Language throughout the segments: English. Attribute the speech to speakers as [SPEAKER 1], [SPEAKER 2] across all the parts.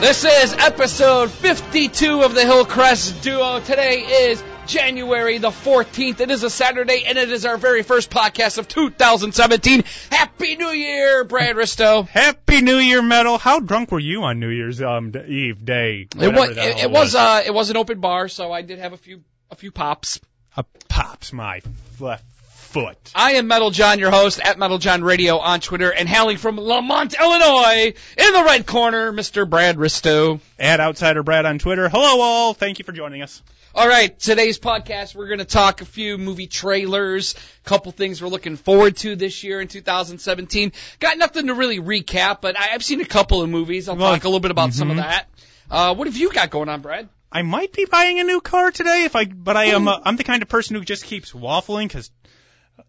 [SPEAKER 1] This is episode 52 of the Hillcrest Duo. Today is January the 14th. It is a Saturday, and it is our very first podcast of 2017. Happy New Year, Brad Risto.
[SPEAKER 2] Happy New Year, Metal. How drunk were you on New Year's um, d- Eve day?
[SPEAKER 1] It
[SPEAKER 2] whatever
[SPEAKER 1] was,
[SPEAKER 2] the hell
[SPEAKER 1] it, it was, uh, it was an open bar, so I did have a few, a few pops.
[SPEAKER 2] a pops my left foot.
[SPEAKER 1] I am Metal John, your host at Metal John Radio on Twitter, and hailing from Lamont, Illinois, in the red corner, Mr. Brad Risto.
[SPEAKER 2] At Outsider Brad on Twitter. Hello, all. Thank you for joining us.
[SPEAKER 1] All right, today's podcast we're going to talk a few movie trailers, a couple things we're looking forward to this year in 2017. Got nothing to really recap, but I, I've seen a couple of movies. I'll
[SPEAKER 2] Well,
[SPEAKER 1] talk a little bit about some of that. Uh, what have you got going on, Brad?
[SPEAKER 2] I might be buying a new car today, if I. But I am. Uh, I'm the kind of person who just keeps waffling because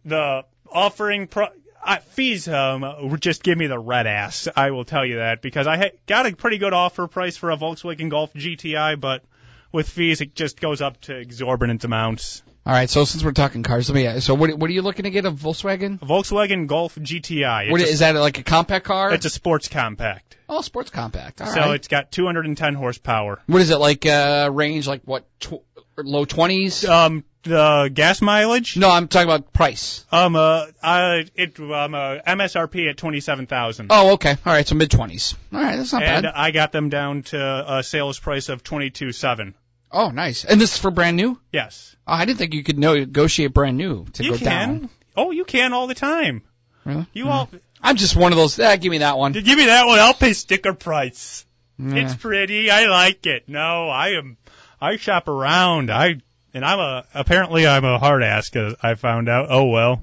[SPEAKER 2] the offering pro. I, fees um would just give me the red ass. I will tell you that because I ha- got a pretty good offer price for a Volkswagen Golf GTI, but with fees it just goes up to exorbitant amounts.
[SPEAKER 1] All right, so since we're talking cars, let me. So what, what are you looking to get a Volkswagen?
[SPEAKER 2] Volkswagen Golf GTI. It's,
[SPEAKER 1] What
[SPEAKER 2] a,
[SPEAKER 1] is that like a compact car?
[SPEAKER 2] it's a sports compact.
[SPEAKER 1] oh, sports compact. All
[SPEAKER 2] so
[SPEAKER 1] right.
[SPEAKER 2] it's got 210 horsepower.
[SPEAKER 1] What is it like? Uh, range like what? Tw- or low twenties?
[SPEAKER 2] Um, the gas mileage.
[SPEAKER 1] no, I'm talking about price.
[SPEAKER 2] Um, uh, uh, it um uh, MSRP at 27,000.
[SPEAKER 1] Oh, okay. All right, so mid twenties. All right, that's not
[SPEAKER 2] And uh,
[SPEAKER 1] bad.
[SPEAKER 2] I got them down to a sales price of 22.7.
[SPEAKER 1] Oh, nice. And this is for brand new.
[SPEAKER 2] Yes.
[SPEAKER 1] Oh, I didn't think you could negotiate brand new to
[SPEAKER 2] You
[SPEAKER 1] go
[SPEAKER 2] can.
[SPEAKER 1] down. Mm-hmm.
[SPEAKER 2] Oh, you can all the time.
[SPEAKER 1] Really?
[SPEAKER 2] You all
[SPEAKER 1] I'm just one of those. Ah, give me that one.
[SPEAKER 2] give me that one. I'll pay sticker price. It's
[SPEAKER 1] Yeah.
[SPEAKER 2] pretty. I like it. No, I am. I shop around. I and I'm a. Apparently, I'm a hard ass. 'cause I found out. Oh well.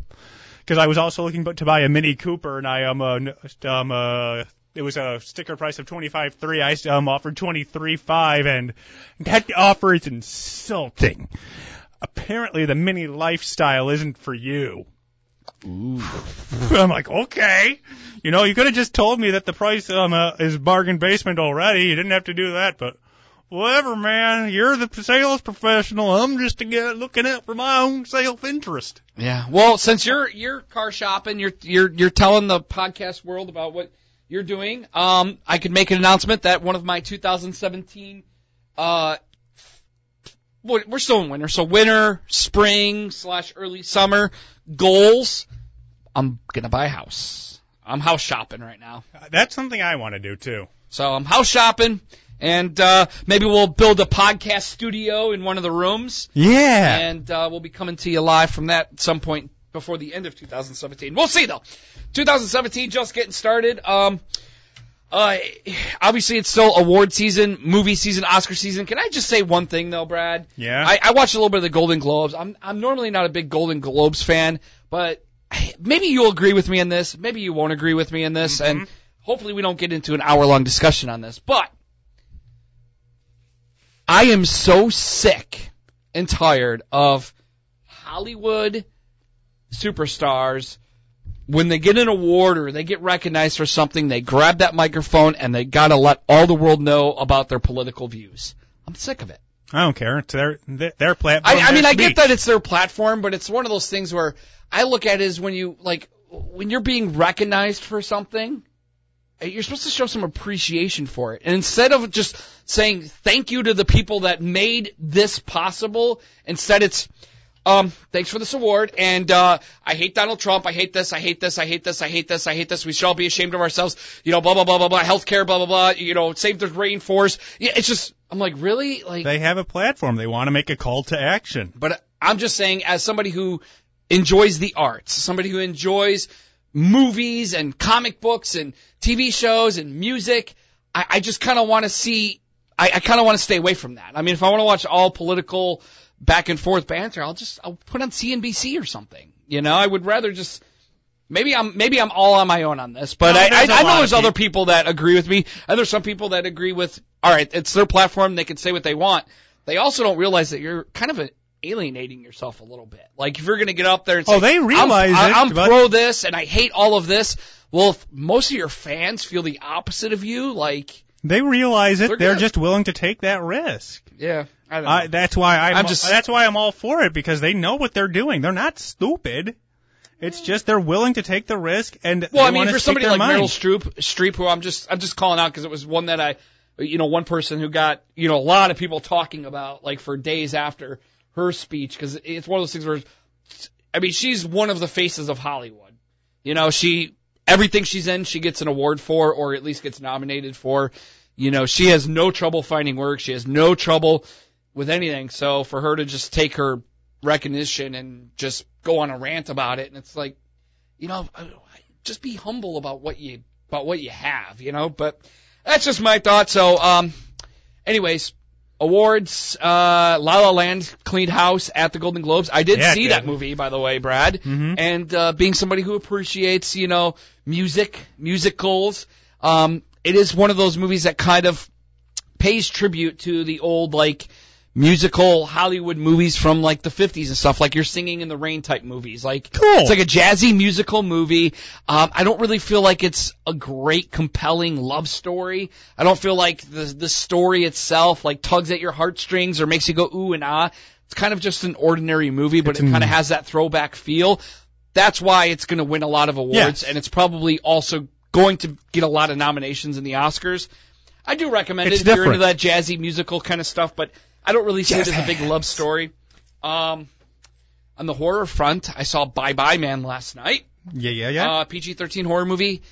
[SPEAKER 2] Because I was also looking bu- to buy a Mini Cooper, and I um uh, n- um uh it was a sticker price of twenty five three. I um offered twenty three five, and that offer is insulting. Apparently, the Mini lifestyle isn't for you. I'm like, okay. You know, you could have just told me that the price um, uh, is bargain basement already. You didn't have to do that, but whatever, man. You're the sales professional. I'm just a guy looking out for my own self interest.
[SPEAKER 1] Yeah. Well, since you're you're car shopping, you're you're you're telling the podcast world about what you're doing. Um, I could make an announcement that one of my 2017 uh. well, We're still in winter, so winter, spring slash early summer goals. I'm gonna buy a house. I'm house shopping right now.
[SPEAKER 2] Uh, That's something I want to do too.
[SPEAKER 1] So I'm house shopping, and uh, maybe we'll build a podcast studio in one of the rooms,
[SPEAKER 2] Yeah.
[SPEAKER 1] and uh, we'll be coming to you live from that at some point before the end of 2017. We'll see though. 2017 just getting started. Um, uh, obviously it's still award season, movie season, Oscar season. Can I just say one thing though, Brad?
[SPEAKER 2] Yeah.
[SPEAKER 1] I, I watched a little bit of the Golden Globes. I'm I'm normally not a big Golden Globes fan, but maybe you'll agree with me in this. Maybe you won't agree with me in this, and hopefully we don't get into an hour long discussion on this. But I am so sick and tired of Hollywood superstars when they get an award or they get recognized for something, they grab that microphone and they gotta let all the world know about their political views. I'm sick of it.
[SPEAKER 2] I don't care. It's their their, their platform.
[SPEAKER 1] I, I
[SPEAKER 2] their
[SPEAKER 1] mean, I
[SPEAKER 2] speech.
[SPEAKER 1] get that it's their platform, but it's one of those things where I look at it as when you like when you're being recognized for something, eh, you're supposed to show some appreciation for it. And instead of just saying thank you to the people that made this possible, instead it's um, thanks for this award, and uh, I hate Donald Trump. I hate this. I hate this. I hate this. I hate this. I hate this. We should all be ashamed of ourselves. You know, blah blah blah blah blah. Healthcare, blah blah blah. You know, save the rainforest. Yeah, it's just I'm like really like
[SPEAKER 2] They have a platform. They want to make a call to action.
[SPEAKER 1] but I'm just saying, as somebody who enjoys the arts, somebody who enjoys movies and comic books and TV shows and music, I, I just kind of want to see. I, I kind of want to stay away from that. I mean, if I want to watch all political back and forth banter, I'll just I'll put on CNBC or something. You know, I would rather just. Maybe I'm maybe I'm all on my own on this, but
[SPEAKER 2] No,
[SPEAKER 1] I, I,
[SPEAKER 2] there's a
[SPEAKER 1] I
[SPEAKER 2] lot
[SPEAKER 1] know
[SPEAKER 2] of
[SPEAKER 1] there's other people that agree with me, and there's some people that agree with. All right, it's their platform; they can say what they want. They also don't realize that you're kind of a, alienating yourself a little bit. Like if you're going to get up there and say,
[SPEAKER 2] Oh, they realize
[SPEAKER 1] I'm,
[SPEAKER 2] it,
[SPEAKER 1] I, am
[SPEAKER 2] but-
[SPEAKER 1] pro this and I hate all of this. Well, if most of your fans feel the opposite of you, like
[SPEAKER 2] They realize it.
[SPEAKER 1] They're
[SPEAKER 2] They're,
[SPEAKER 1] good.
[SPEAKER 2] just willing to take that risk.
[SPEAKER 1] yeah, I don't know.
[SPEAKER 2] I, that's why I'm,
[SPEAKER 1] I'm just-
[SPEAKER 2] that's why I'm all for it because they know what they're doing. They're not stupid. It's just they're willing to take the risk and
[SPEAKER 1] well,
[SPEAKER 2] they
[SPEAKER 1] I mean,
[SPEAKER 2] wanna
[SPEAKER 1] for
[SPEAKER 2] speak
[SPEAKER 1] somebody
[SPEAKER 2] their
[SPEAKER 1] like
[SPEAKER 2] mind.
[SPEAKER 1] Meryl Streep, Streep, who I'm just I'm just calling out because it was one that I you know, one person who got, you know, a lot of people talking about like for days after her speech because it's one of those things where, I mean, she's one of the faces of Hollywood. You know, she, everything she's in, she gets an award for or at least gets nominated for. You know, she has no trouble finding work. She has no trouble with anything. So for her to just take her recognition and just go on a rant about it, and it's like, you know, just be humble about what you about what you have, you know. But that's just my thought. So, um, anyways, awards, uh, La La Land cleaned house at the Golden Globes. I did
[SPEAKER 2] Yeah,
[SPEAKER 1] see
[SPEAKER 2] it
[SPEAKER 1] that
[SPEAKER 2] did.
[SPEAKER 1] movie, by the way, Brad.
[SPEAKER 2] Mhm.
[SPEAKER 1] And uh, being somebody who appreciates, you know, music, musicals, um, it is one of those movies that kind of pays tribute to the old like musical Hollywood movies from like the 50s and stuff, like you're singing in the rain type movies. Like
[SPEAKER 2] Cool.
[SPEAKER 1] it's like a jazzy musical movie. Um, I don't really feel like it's a great, compelling love story. I don't feel like the the story itself like tugs at your heartstrings or makes you go ooh and ah. It's kind of just an ordinary movie, but it kind of has that throwback feel. That's why it's going to win a lot of awards,
[SPEAKER 2] Yes.
[SPEAKER 1] and it's probably also going to get a lot of nominations in the Oscars. I do recommend
[SPEAKER 2] It's
[SPEAKER 1] it if you're
[SPEAKER 2] different.
[SPEAKER 1] into that jazzy musical kind of stuff, but I don't really see it as a big love story. Um, on the horror front, I saw Bye Bye Man last night,
[SPEAKER 2] Yeah, yeah, yeah.
[SPEAKER 1] uh, PG-13 horror movie.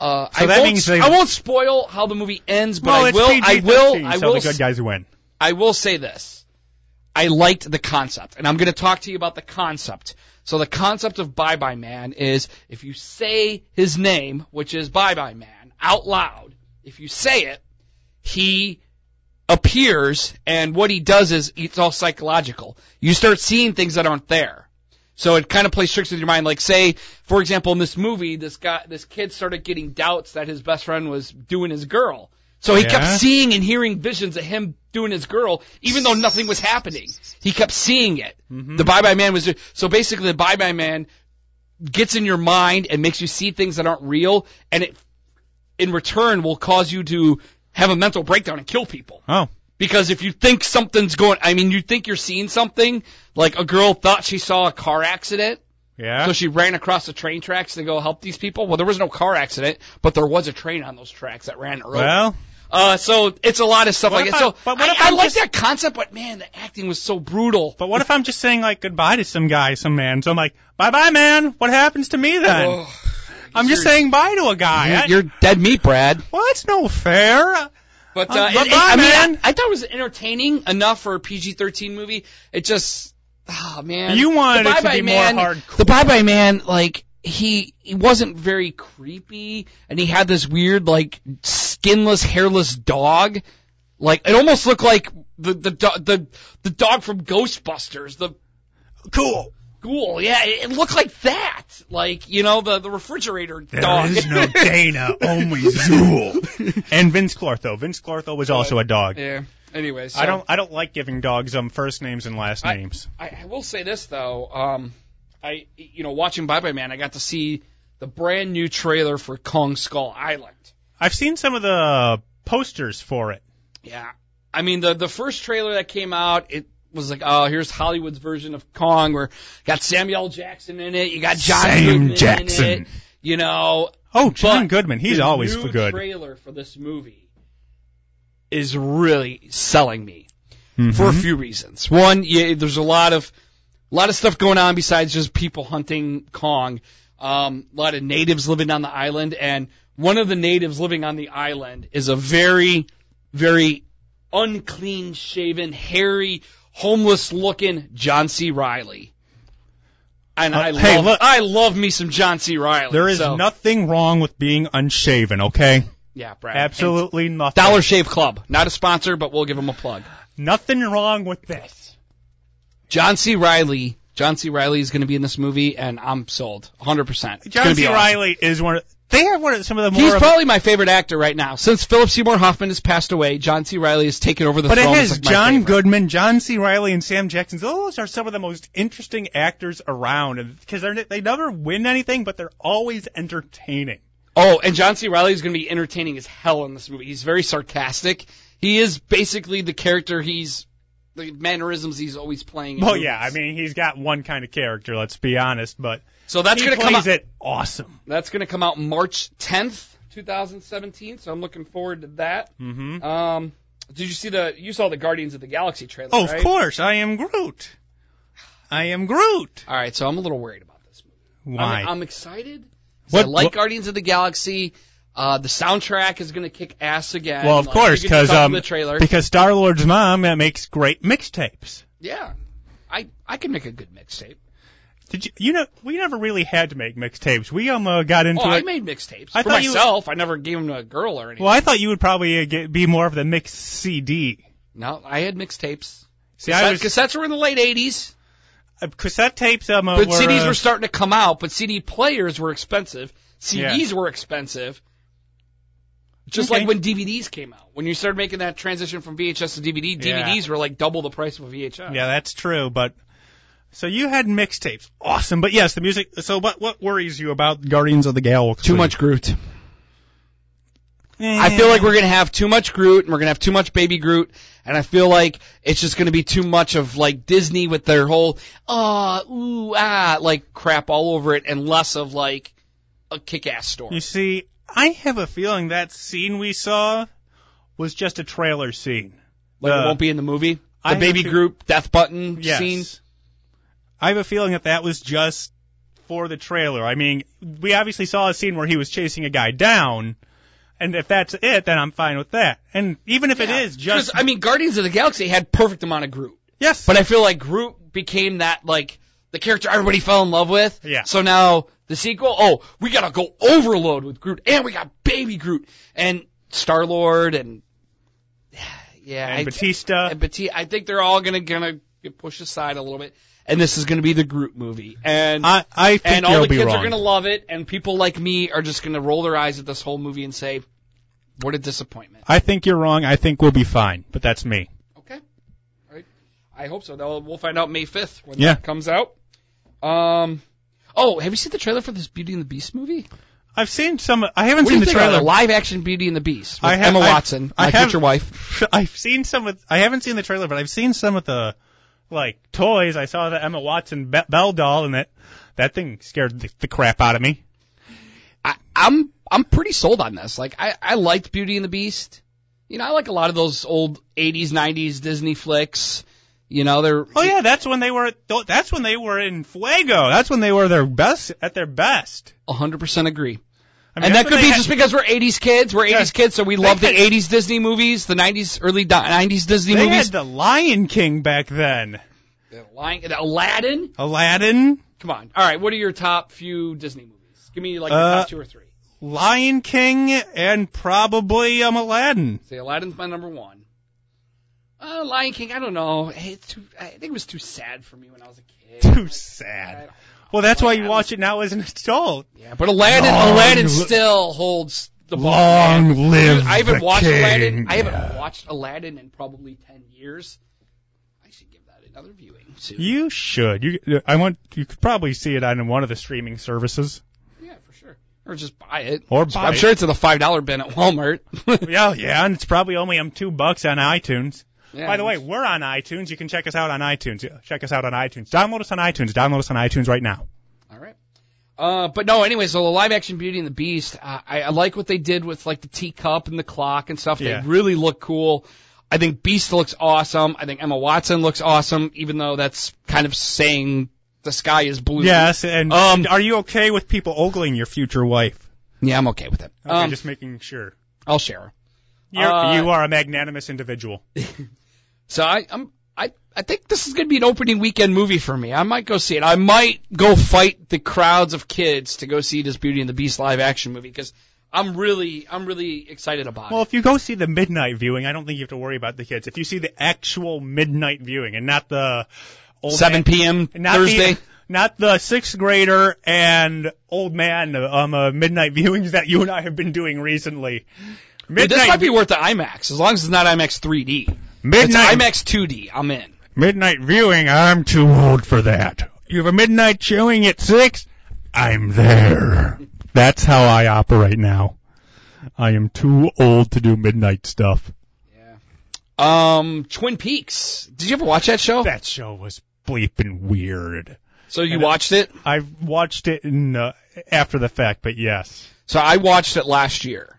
[SPEAKER 1] Uh, I,
[SPEAKER 2] that
[SPEAKER 1] won't,
[SPEAKER 2] means they-
[SPEAKER 1] I won't spoil how the movie ends, but
[SPEAKER 2] well,
[SPEAKER 1] I
[SPEAKER 2] it's
[SPEAKER 1] will, I
[SPEAKER 2] PG-13,
[SPEAKER 1] will, I
[SPEAKER 2] so
[SPEAKER 1] will,
[SPEAKER 2] the good guys win.
[SPEAKER 1] I will say this. I liked the concept, and I'm going to talk to you about the concept. So the concept of Bye Bye Man is if you say his name, which is Bye Bye Man, out loud, if you say it, he appears, and what he does is it's all psychological. You start seeing things that aren't there. So it kind of plays tricks with your mind. Like say, for example, in this movie, this guy, this kid started getting doubts that his best friend was doing his girl. So he
[SPEAKER 2] Yeah.
[SPEAKER 1] kept seeing and hearing visions of him doing his girl, even though nothing was happening. He kept seeing it. The Bye Bye Man was so basically the Bye Bye Man gets in your mind and makes you see things that aren't real, and it in return will cause you to have a mental breakdown and kill people.
[SPEAKER 2] Oh,
[SPEAKER 1] Because if you think something's going, I mean, you think you're seeing something, like a girl thought she saw a car accident,
[SPEAKER 2] yeah.
[SPEAKER 1] so she ran across the train tracks to go help these people. Well, there was no car accident, but there was a train on those tracks that ran early.
[SPEAKER 2] well,
[SPEAKER 1] uh, so it's a lot of stuff
[SPEAKER 2] What
[SPEAKER 1] like
[SPEAKER 2] if
[SPEAKER 1] that.
[SPEAKER 2] I-
[SPEAKER 1] So
[SPEAKER 2] but what
[SPEAKER 1] I,
[SPEAKER 2] if
[SPEAKER 1] I
[SPEAKER 2] I'm
[SPEAKER 1] like
[SPEAKER 2] just-
[SPEAKER 1] that concept, but man, the acting was so brutal.
[SPEAKER 2] but what if I'm just saying like goodbye to some guy, some man? So I'm like, bye, bye, man. What happens to
[SPEAKER 1] Oh,
[SPEAKER 2] me then?
[SPEAKER 1] Ugh.
[SPEAKER 2] I'm just
[SPEAKER 1] you're-
[SPEAKER 2] saying bye to a guy. I-
[SPEAKER 1] you're dead meat, Brad.
[SPEAKER 2] well, that's no fair.
[SPEAKER 1] But uh,
[SPEAKER 2] Uh,
[SPEAKER 1] it-
[SPEAKER 2] bye-bye,
[SPEAKER 1] it- I mean,
[SPEAKER 2] man.
[SPEAKER 1] I, I thought it was entertaining enough for a PG-13 movie. It just, oh man,
[SPEAKER 2] You wanted
[SPEAKER 1] The
[SPEAKER 2] it to
[SPEAKER 1] Bye-Bye
[SPEAKER 2] be more
[SPEAKER 1] man,
[SPEAKER 2] hardcore.
[SPEAKER 1] The Bye Bye Man, like he he wasn't very creepy, and he had this weird like skinless, hairless dog. Like it almost looked like the the do- the the dog from Ghostbusters, the
[SPEAKER 2] Cool.
[SPEAKER 1] ghoul. Yeah, it, it looked like that. Like you know the the refrigerator
[SPEAKER 2] There is
[SPEAKER 1] dog.
[SPEAKER 2] no Dana, only Zool. and Vince Clortho. Vince Clortho was also a dog.
[SPEAKER 1] yeah. Anyways,
[SPEAKER 2] I don't. I don't like giving dogs um first names and last names.
[SPEAKER 1] I, I will say this though. Um, I you know watching Bye Bye Man, I got to see the brand new trailer for Kong Skull Island.
[SPEAKER 2] I've seen some of the posters for it.
[SPEAKER 1] Yeah, I mean the the first trailer that came out, it was like, oh, here's Hollywood's version of Kong, where got Samuel L. Jackson in it, you got John
[SPEAKER 2] Sam
[SPEAKER 1] Goodman
[SPEAKER 2] Jackson.
[SPEAKER 1] in it, you know.
[SPEAKER 2] Oh, John
[SPEAKER 1] But
[SPEAKER 2] Goodman. He's
[SPEAKER 1] the
[SPEAKER 2] always
[SPEAKER 1] new
[SPEAKER 2] good.
[SPEAKER 1] Trailer for this movie is really selling me for a
[SPEAKER 2] Mhm.
[SPEAKER 1] few reasons. One, yeah, there's a lot of a lot of stuff going on besides just people hunting Kong. Um, a lot of natives living on the island, and one of the natives living on the island is a very, very unclean shaven, hairy, homeless looking John C. Riley. And
[SPEAKER 2] Uh,
[SPEAKER 1] I love,
[SPEAKER 2] hey, look.
[SPEAKER 1] I love me some John C. Riley.
[SPEAKER 2] There is
[SPEAKER 1] so,
[SPEAKER 2] nothing wrong with being unshaven, okay?
[SPEAKER 1] yeah, Brad.
[SPEAKER 2] Absolutely nothing.
[SPEAKER 1] Dollar Shave Club, not a sponsor, but we'll give them a plug.
[SPEAKER 2] Nothing wrong with this.
[SPEAKER 1] John C. Riley. John C. Riley is going to be in this movie, and I'm sold, 100. percent
[SPEAKER 2] John C. Riley is one. Of, they are one of some of the more.
[SPEAKER 1] He's
[SPEAKER 2] of-
[SPEAKER 1] probably my favorite actor right now. Since Philip Seymour Hoffman has passed away, John C. Riley has taken over the
[SPEAKER 2] but it
[SPEAKER 1] throne. as,
[SPEAKER 2] is
[SPEAKER 1] like, my
[SPEAKER 2] John
[SPEAKER 1] favorite.
[SPEAKER 2] Goodman, John C. Riley, and Sam Jackson. Those are some of the most interesting actors around because they're they never win anything, but they're always entertaining.
[SPEAKER 1] Oh, and John C. Riley is going to be entertaining as hell in this movie. He's very sarcastic. He is basically the character he's the mannerisms he's always playing. in
[SPEAKER 2] Well,
[SPEAKER 1] movies.
[SPEAKER 2] yeah, I mean he's got one kind of character. Let's be honest, but
[SPEAKER 1] so that's
[SPEAKER 2] he
[SPEAKER 1] going to
[SPEAKER 2] plays
[SPEAKER 1] come out.
[SPEAKER 2] it awesome.
[SPEAKER 1] That's going to come out March 10th, 2017, so I'm looking forward to that.
[SPEAKER 2] Mm-hmm.
[SPEAKER 1] Um, did you see the? You saw the Guardians of the Galaxy trailer?
[SPEAKER 2] Oh,
[SPEAKER 1] right?
[SPEAKER 2] of course, I am Groot. I am Groot.
[SPEAKER 1] All right, so I'm a little worried about this movie.
[SPEAKER 2] Why?
[SPEAKER 1] I'm, I'm excited. 'cause
[SPEAKER 2] What-
[SPEAKER 1] I like
[SPEAKER 2] what-
[SPEAKER 1] Guardians of the Galaxy. Uh, the soundtrack is going to kick ass again.
[SPEAKER 2] well, of
[SPEAKER 1] Like,
[SPEAKER 2] course,
[SPEAKER 1] you can
[SPEAKER 2] because
[SPEAKER 1] tell from
[SPEAKER 2] um,
[SPEAKER 1] the trailer.
[SPEAKER 2] because Star Lord's mom uh, makes great mixtapes.
[SPEAKER 1] yeah, I I can make a good mixtape.
[SPEAKER 2] Did you? You know, we never really had to make mixtapes. We um uh, got into
[SPEAKER 1] Oh, I
[SPEAKER 2] it.
[SPEAKER 1] made mixtapes
[SPEAKER 2] I
[SPEAKER 1] for
[SPEAKER 2] thought you-
[SPEAKER 1] myself. I never gave them to a girl or anything.
[SPEAKER 2] well, I thought you would probably uh, get, be more of the mixed CD.
[SPEAKER 1] No, I had mixtapes.
[SPEAKER 2] See, I
[SPEAKER 1] Cassette-
[SPEAKER 2] was
[SPEAKER 1] Cassettes were in the late 80s,
[SPEAKER 2] uh, cassette tapes. Um, uh,
[SPEAKER 1] but
[SPEAKER 2] were,
[SPEAKER 1] CDs
[SPEAKER 2] uh,
[SPEAKER 1] were starting to come out, but CD players were expensive. CDs were expensive. Just
[SPEAKER 2] Okay.
[SPEAKER 1] like when DVDs came out. When you started making that transition from VHS to DVD,
[SPEAKER 2] Yeah.
[SPEAKER 1] DVDs were like double the price of a VHS.
[SPEAKER 2] Yeah, that's true. But so you had mixtapes, awesome. But yes, the music. So what? What worries you about Guardians of the Galaxy?
[SPEAKER 1] Groot.
[SPEAKER 2] Eh.
[SPEAKER 1] I feel like we're gonna have too much Groot and we're gonna have too much baby Groot, and I feel like it's just gonna be too much of like Disney with their whole ah ooh ah like crap all over it, and less of like a kick-ass story.
[SPEAKER 2] You see, I have a feeling that scene we saw was just a trailer scene.
[SPEAKER 1] Like
[SPEAKER 2] Uh,
[SPEAKER 1] it won't be in the movie. The
[SPEAKER 2] I have
[SPEAKER 1] baby
[SPEAKER 2] to-
[SPEAKER 1] Groot death button
[SPEAKER 2] Yes.
[SPEAKER 1] scene.
[SPEAKER 2] I have a feeling that that was just for the trailer. I mean, we obviously saw a scene where he was chasing a guy down, and if that's it, then I'm fine with that. And even if
[SPEAKER 1] Yeah.
[SPEAKER 2] it is just
[SPEAKER 1] 'Cause, I mean, Guardians of the Galaxy had perfect amount of Groot,
[SPEAKER 2] yes,
[SPEAKER 1] but I feel like Groot became that like the character everybody fell in love with.
[SPEAKER 2] Yeah.
[SPEAKER 1] So now the sequel, oh, we gotta go overload with Groot, and we got Baby Groot and Star Lord, and yeah,
[SPEAKER 2] and
[SPEAKER 1] I,
[SPEAKER 2] Batista.
[SPEAKER 1] and Batista. I think they're all gonna gonna get pushed aside a little bit, and this is gonna be the Groot movie, and.
[SPEAKER 2] I I think
[SPEAKER 1] and
[SPEAKER 2] you'll
[SPEAKER 1] all the
[SPEAKER 2] be
[SPEAKER 1] kids
[SPEAKER 2] wrong.
[SPEAKER 1] are gonna love it, and people like me are just gonna roll their eyes at this whole movie and say, "What a disappointment."
[SPEAKER 2] I think you're wrong. I think we'll be fine, but that's me.
[SPEAKER 1] Okay. All right. I hope so. Though we'll find out May 5th when
[SPEAKER 2] Yeah.
[SPEAKER 1] that comes out. Um. Oh, have you seen the trailer for this Beauty and the Beast movie?
[SPEAKER 2] I've seen some. I haven't
[SPEAKER 1] What do
[SPEAKER 2] seen
[SPEAKER 1] you
[SPEAKER 2] the
[SPEAKER 1] think of
[SPEAKER 2] trailer.
[SPEAKER 1] the live action Beauty and the Beast with
[SPEAKER 2] I have-
[SPEAKER 1] Emma
[SPEAKER 2] I-
[SPEAKER 1] Watson,
[SPEAKER 2] I
[SPEAKER 1] my
[SPEAKER 2] have-
[SPEAKER 1] future wife?
[SPEAKER 2] I've seen some of. I haven't seen the trailer, but I've seen some of the like toys. I saw the Emma Watson Be- Bell doll, and that that thing scared the, the crap out of me.
[SPEAKER 1] I, I'm I'm pretty sold on this. Like I I liked Beauty and the Beast. You know, I like a lot of those old 80s 90s Disney flicks. You know, they're
[SPEAKER 2] Oh yeah, that's when they were. That's when they were in Fuego. That's when they were their best at their best.
[SPEAKER 1] 100% agree.
[SPEAKER 2] I
[SPEAKER 1] and
[SPEAKER 2] that's
[SPEAKER 1] that
[SPEAKER 2] when
[SPEAKER 1] could be
[SPEAKER 2] they had-
[SPEAKER 1] just because we're 80s kids. We're 80s
[SPEAKER 2] Yeah.
[SPEAKER 1] kids, so we love the
[SPEAKER 2] had-
[SPEAKER 1] 80s Disney movies, the 90s early di- 90s Disney
[SPEAKER 2] they
[SPEAKER 1] movies.
[SPEAKER 2] had the Lion King back then.
[SPEAKER 1] Lion, Aladdin.
[SPEAKER 2] Aladdin,
[SPEAKER 1] Come on. All right. What are your top few Disney movies? Give me like your
[SPEAKER 2] Uh,
[SPEAKER 1] top two or three.
[SPEAKER 2] Lion King, and probably um Aladdin.
[SPEAKER 1] Say Aladdin's my number one. Uh, Lion King. I don't know. Hey, it's too, I think it was too sad for me when I was a kid.
[SPEAKER 2] Too
[SPEAKER 1] Like, I
[SPEAKER 2] sad.
[SPEAKER 1] don't-
[SPEAKER 2] Well, that's why you
[SPEAKER 1] Aladdin.
[SPEAKER 2] watch it now as an adult.
[SPEAKER 1] yeah, but Aladdin.
[SPEAKER 2] Long
[SPEAKER 1] Aladdin
[SPEAKER 2] li-
[SPEAKER 1] still holds the ball.
[SPEAKER 2] Long
[SPEAKER 1] man.
[SPEAKER 2] live
[SPEAKER 1] Dude, I haven't
[SPEAKER 2] the
[SPEAKER 1] watched Aladdin.
[SPEAKER 2] king.
[SPEAKER 1] I haven't watched Aladdin in probably ten years. I should give that another viewing soon.
[SPEAKER 2] You should. You, I want. You could probably see it on one of the streaming services.
[SPEAKER 1] yeah, for sure. Or just buy it.
[SPEAKER 2] Or buy
[SPEAKER 1] I'm
[SPEAKER 2] it.
[SPEAKER 1] sure it's in the five dollar bin at Walmart.
[SPEAKER 2] Yeah, yeah, and it's probably only um two bucks on iTunes.
[SPEAKER 1] Yeah,
[SPEAKER 2] By the way, we're on iTunes. You can check us out on iTunes. Check us out on iTunes. Download us on iTunes. Download us on iTunes right now.
[SPEAKER 1] All right. Uh, but no, anyway, so the live action Beauty and the Beast, I, I I like what they did with like the teacup and the clock and stuff.
[SPEAKER 2] Yeah.
[SPEAKER 1] They really look cool. I think Beast looks awesome. I think Emma Watson looks awesome, even though that's kind of saying the sky is blue.
[SPEAKER 2] Yes, and
[SPEAKER 1] Um,
[SPEAKER 2] are you okay with people ogling your future wife?
[SPEAKER 1] Yeah, I'm okay with it.
[SPEAKER 2] Okay,
[SPEAKER 1] um,
[SPEAKER 2] just making sure.
[SPEAKER 1] I'll share.
[SPEAKER 2] You're,
[SPEAKER 1] uh,
[SPEAKER 2] you are a magnanimous individual.
[SPEAKER 1] So I, I'm, I, I think this is going to be an opening weekend movie for me. I might go see it. I might go fight the crowds of kids to go see this Beauty and the Beast live action movie because I'm really, I'm really excited about
[SPEAKER 2] Well,
[SPEAKER 1] it.
[SPEAKER 2] if you go see the midnight viewing, I don't think you have to worry about the kids. If you see the actual midnight viewing and not the old
[SPEAKER 1] 7 p.m.
[SPEAKER 2] Not
[SPEAKER 1] Thursday.
[SPEAKER 2] The, not the sixth grader and old man um, uh, midnight viewings that you and I have been doing recently.
[SPEAKER 1] Dude, this might
[SPEAKER 2] Midnight,
[SPEAKER 1] be worth the IMAX as long as it's not IMAX 3D. If It's
[SPEAKER 2] midnight,
[SPEAKER 1] IMAX 2D. I'm in.
[SPEAKER 2] midnight viewing. I'm too old for that. You have a midnight showing at six. I'm there. That's how I operate now. I am too old to do midnight stuff.
[SPEAKER 1] Um, Twin Peaks. Did you ever watch that show?
[SPEAKER 2] That show was bleeping weird.
[SPEAKER 1] So you
[SPEAKER 2] and-
[SPEAKER 1] watched it.
[SPEAKER 2] I watched it in, uh, after the fact, but yes.
[SPEAKER 1] So I watched it last year.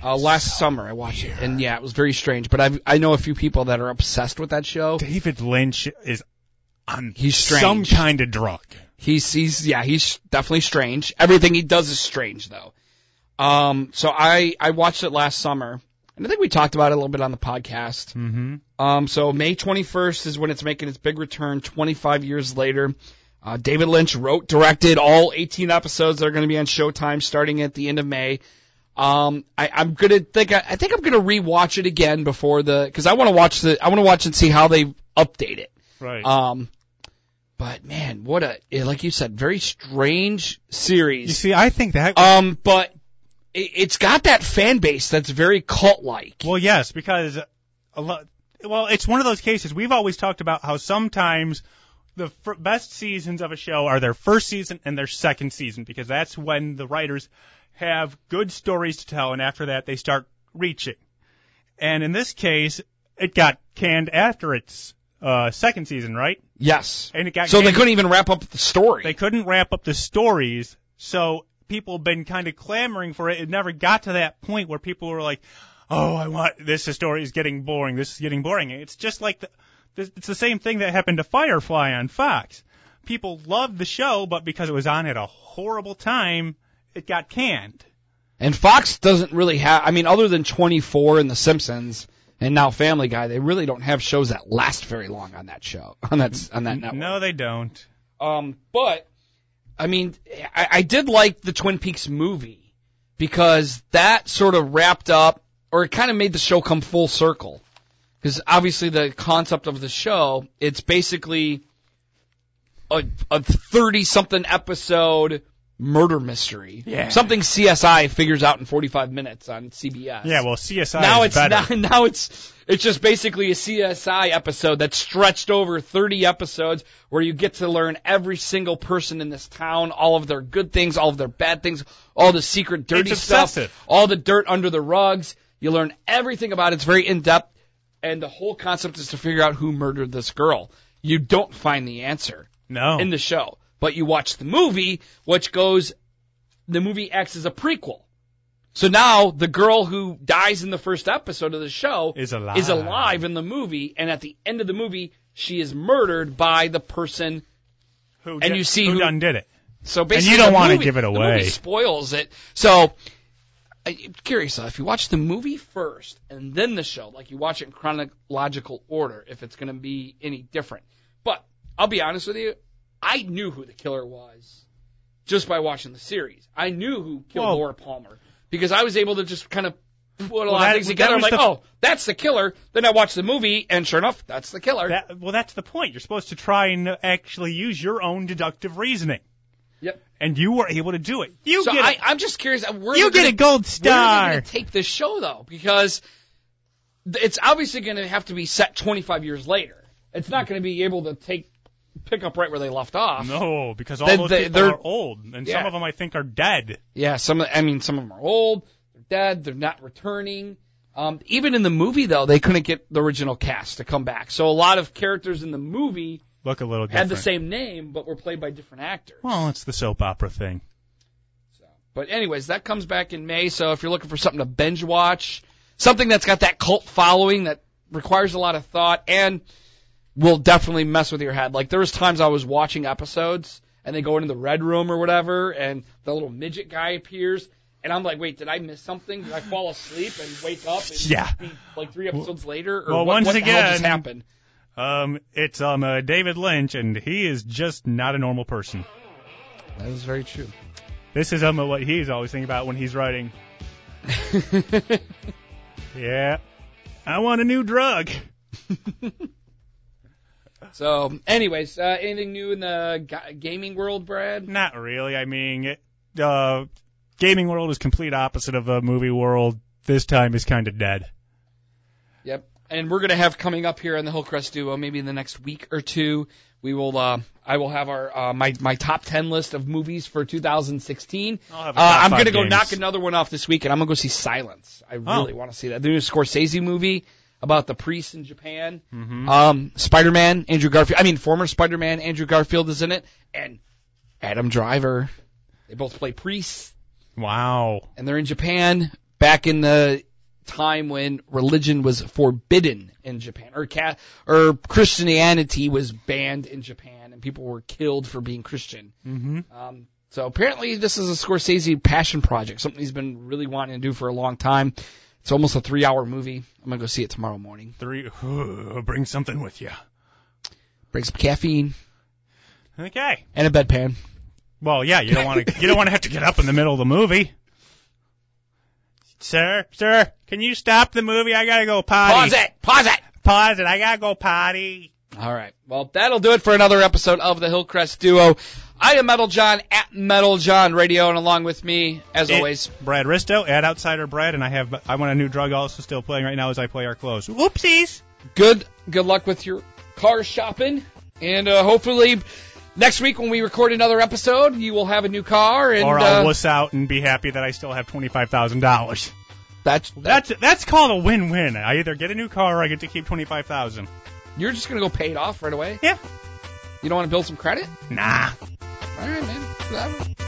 [SPEAKER 1] Uh, last summer I watched it, and yeah, it was very strange. But I I know a few people that are obsessed with that show.
[SPEAKER 2] David Lynch is on
[SPEAKER 1] He's strange.
[SPEAKER 2] some kind of drug.
[SPEAKER 1] He's he's yeah, he's definitely strange. Everything he does is strange though. Um so I I watched it last summer and I think we talked about it a little bit on the podcast.
[SPEAKER 2] Mm-hmm.
[SPEAKER 1] Um so May 21st is when it's making its big return 25 years later. Uh, David Lynch wrote, directed all 18 episodes that are going to be on Showtime starting at the end of May. Um, I, I'm gonna think I, I think I'm gonna rewatch it again before the because I want to watch the I want to watch and see how they update it.
[SPEAKER 2] Right.
[SPEAKER 1] Um, but man, what a eh, like you said, very strange
[SPEAKER 2] you
[SPEAKER 1] series.
[SPEAKER 2] see, I think that.
[SPEAKER 1] Um, but it, it's got that fan base that's very cult like.
[SPEAKER 2] well, yes, because a lot. Well, it's one of those cases we've always talked about how sometimes the fir- best seasons of a show are their first season and their second season because that's when the writers have good stories to tell, and after that they start reaching. And in this case, it got canned after its uh, second season, right?
[SPEAKER 1] Yes.
[SPEAKER 2] And it got
[SPEAKER 1] So they
[SPEAKER 2] canned-
[SPEAKER 1] couldn't even wrap up the story.
[SPEAKER 2] they couldn't wrap up the stories, so people have been kind of clamoring for it. It never got to that point where people were like, "Oh, I want this story is getting boring. This is getting boring." It's just like the, this, it's the same thing that happened to Firefly on Fox. People loved the show, but because it was on at a horrible time, it got canned.
[SPEAKER 1] and Fox doesn't really have. I mean, other than 24 and The Simpsons. And now Family Guy, they really don't have shows that last very long on that show, on that on that network.
[SPEAKER 2] No, they don't.
[SPEAKER 1] Um, but I mean, I, I did like the Twin Peaks movie because that sort of wrapped up, or it kind of made the show come full circle. Because obviously, the concept of the show, it's basically a a thirty something episode murder mystery.
[SPEAKER 2] Yeah.
[SPEAKER 1] Something CSI figures out in forty five minutes on CBS.
[SPEAKER 2] Yeah, well, CSI
[SPEAKER 1] Now
[SPEAKER 2] is
[SPEAKER 1] it's
[SPEAKER 2] better.
[SPEAKER 1] now, now it's it's just basically a CSI episode that's stretched over 30 episodes where you get to learn every single person in this town, all of their good things, all of their bad things, all the secret dirty
[SPEAKER 2] It's
[SPEAKER 1] stuff,
[SPEAKER 2] obsessive.
[SPEAKER 1] all the dirt under the rugs. You learn everything about it. It's very in depth, and the whole concept is to figure out who murdered this girl. You don't find the answer
[SPEAKER 2] no.
[SPEAKER 1] in the show. But you watch the movie, which goes, the movie acts as a prequel. So now the girl who dies in the first episode of the show
[SPEAKER 2] Is alive.
[SPEAKER 1] is alive in the movie, and at the end of the movie, she is murdered by the person.
[SPEAKER 2] who
[SPEAKER 1] and you see who-
[SPEAKER 2] done did it.
[SPEAKER 1] So basically,
[SPEAKER 2] you don't
[SPEAKER 1] the
[SPEAKER 2] wanna
[SPEAKER 1] movie-
[SPEAKER 2] give it
[SPEAKER 1] the
[SPEAKER 2] away.
[SPEAKER 1] movie spoils it. So I'm curious though, if you watch the movie first and then the show, like you watch it in chronological order, if it's going to be any different. But I'll be honest with you, I knew who the killer was just by watching the series. I knew who killed
[SPEAKER 2] Well-
[SPEAKER 1] Laura Palmer because I was able to just kind of put a lot
[SPEAKER 2] that-
[SPEAKER 1] of things
[SPEAKER 2] that
[SPEAKER 1] together. I'm
[SPEAKER 2] was
[SPEAKER 1] like,
[SPEAKER 2] the-
[SPEAKER 1] oh, that's the killer. Then I watched the movie, and sure enough, that's the killer.
[SPEAKER 2] That, well, that's the point. You're supposed to try and actually use your own deductive reasoning.
[SPEAKER 1] Yep.
[SPEAKER 2] And you were able to do it. You
[SPEAKER 1] so
[SPEAKER 2] get
[SPEAKER 1] I,
[SPEAKER 2] a,
[SPEAKER 1] I'm just curious. uh, Where
[SPEAKER 2] you
[SPEAKER 1] they're
[SPEAKER 2] get
[SPEAKER 1] gonna
[SPEAKER 2] a gold
[SPEAKER 1] Where are
[SPEAKER 2] star.
[SPEAKER 1] they going to take this show though? Because th- it's obviously going to have to be set 25 years later. It's not going to be able to take pick up right where they left off.
[SPEAKER 2] No, because all
[SPEAKER 1] They-
[SPEAKER 2] those
[SPEAKER 1] they-
[SPEAKER 2] people
[SPEAKER 1] they're-
[SPEAKER 2] are old, and
[SPEAKER 1] Yeah.
[SPEAKER 2] some of them I think are dead.
[SPEAKER 1] Yeah, some. of- I mean, some of them are old. They're dead. They're not returning. Um, even in the movie though, they couldn't get the original cast to come back. So a lot of characters in the movie
[SPEAKER 2] Look a little
[SPEAKER 1] had
[SPEAKER 2] different.
[SPEAKER 1] the same name but were played by different actors.
[SPEAKER 2] Well, it's the soap opera thing.
[SPEAKER 1] So, but anyways, that comes back in May. So if you're looking for something to binge watch, something that's got that cult following that requires a lot of thought and will definitely mess with your head. Like there was times I was watching episodes and they go into the red room or whatever, and the little midget guy appears. And I'm like, wait, did I miss something? Did I fall asleep and wake up? And
[SPEAKER 2] Yeah.
[SPEAKER 1] Be like three episodes later, or
[SPEAKER 2] well,
[SPEAKER 1] what,
[SPEAKER 2] once
[SPEAKER 1] what the hell just
[SPEAKER 2] again-
[SPEAKER 1] happened?
[SPEAKER 2] Um, it's um uh, David Lynch, and he is just not a normal person.
[SPEAKER 1] That is very true.
[SPEAKER 2] This is um uh, what he's always thinking about when he's writing. Yeah, I want a new drug.
[SPEAKER 1] so, anyways, uh, anything new in the ga- gaming world, Brad?
[SPEAKER 2] Not really. I mean, it, uh, gaming world is complete opposite of a movie world. This time is kind of dead.
[SPEAKER 1] Yep. And we're gonna have coming up here on the Hillcrest Duo, maybe in the next week or two, we will. Uh, I will have our uh, my my top ten list of movies for 2016.
[SPEAKER 2] I'll have a
[SPEAKER 1] uh,
[SPEAKER 2] top
[SPEAKER 1] I'm
[SPEAKER 2] five Oh.
[SPEAKER 1] gonna go
[SPEAKER 2] games.
[SPEAKER 1] knock another one off this week, and I'm gonna go see Silence. I really want to see that. The new Scorsese movie about the priest in Japan.
[SPEAKER 2] Mm-hmm.
[SPEAKER 1] Um, Spider-Man, Andrew Garfield. I mean, former Spider-Man, Andrew Garfield is in it, and Adam Driver. They both play priests.
[SPEAKER 2] Wow.
[SPEAKER 1] and they're in Japan back in the time when religion was forbidden in Japan or ca- or Christianity was banned in Japan and people were killed for being Christian.
[SPEAKER 2] Mm-hmm.
[SPEAKER 1] Um, so apparently this is a Scorsese passion project, something he's been really wanting to do for a long time. It's almost a 3-hour movie. I'm going to go see it tomorrow morning.
[SPEAKER 2] Three. bring something with you.
[SPEAKER 1] Bring some caffeine
[SPEAKER 2] Okay.
[SPEAKER 1] and a bedpan.
[SPEAKER 2] Well, yeah, you don't want to. you don't want to have to get up in the middle of the movie. Sir, sir, can you stop the movie? I gotta go potty.
[SPEAKER 1] Pause it. Pause it.
[SPEAKER 2] Pause it. I gotta go potty.
[SPEAKER 1] All right. Well, that'll do it for another episode of the Hillcrest Duo. I am Metal John at Metal John Radio, and along with me, as
[SPEAKER 2] It-
[SPEAKER 1] always,
[SPEAKER 2] Brad Risto at Outsider Brad, and I have I want a new drug also still playing right now as I play our close. Whoopsies.
[SPEAKER 1] good good luck with your car shopping, and uh, hopefully next week when we record another episode, you will have a new car, and
[SPEAKER 2] or I'll
[SPEAKER 1] uh,
[SPEAKER 2] wuss out and be happy that I still have twenty five thousand dollars.
[SPEAKER 1] that's that.
[SPEAKER 2] That's that's called a win win. I either get a new car or I get to keep twenty five thousand.
[SPEAKER 1] You're just gonna go pay it off right away.
[SPEAKER 2] Yeah.
[SPEAKER 1] You don't want to build some credit.
[SPEAKER 2] Nah.
[SPEAKER 1] All right, man. Whatever.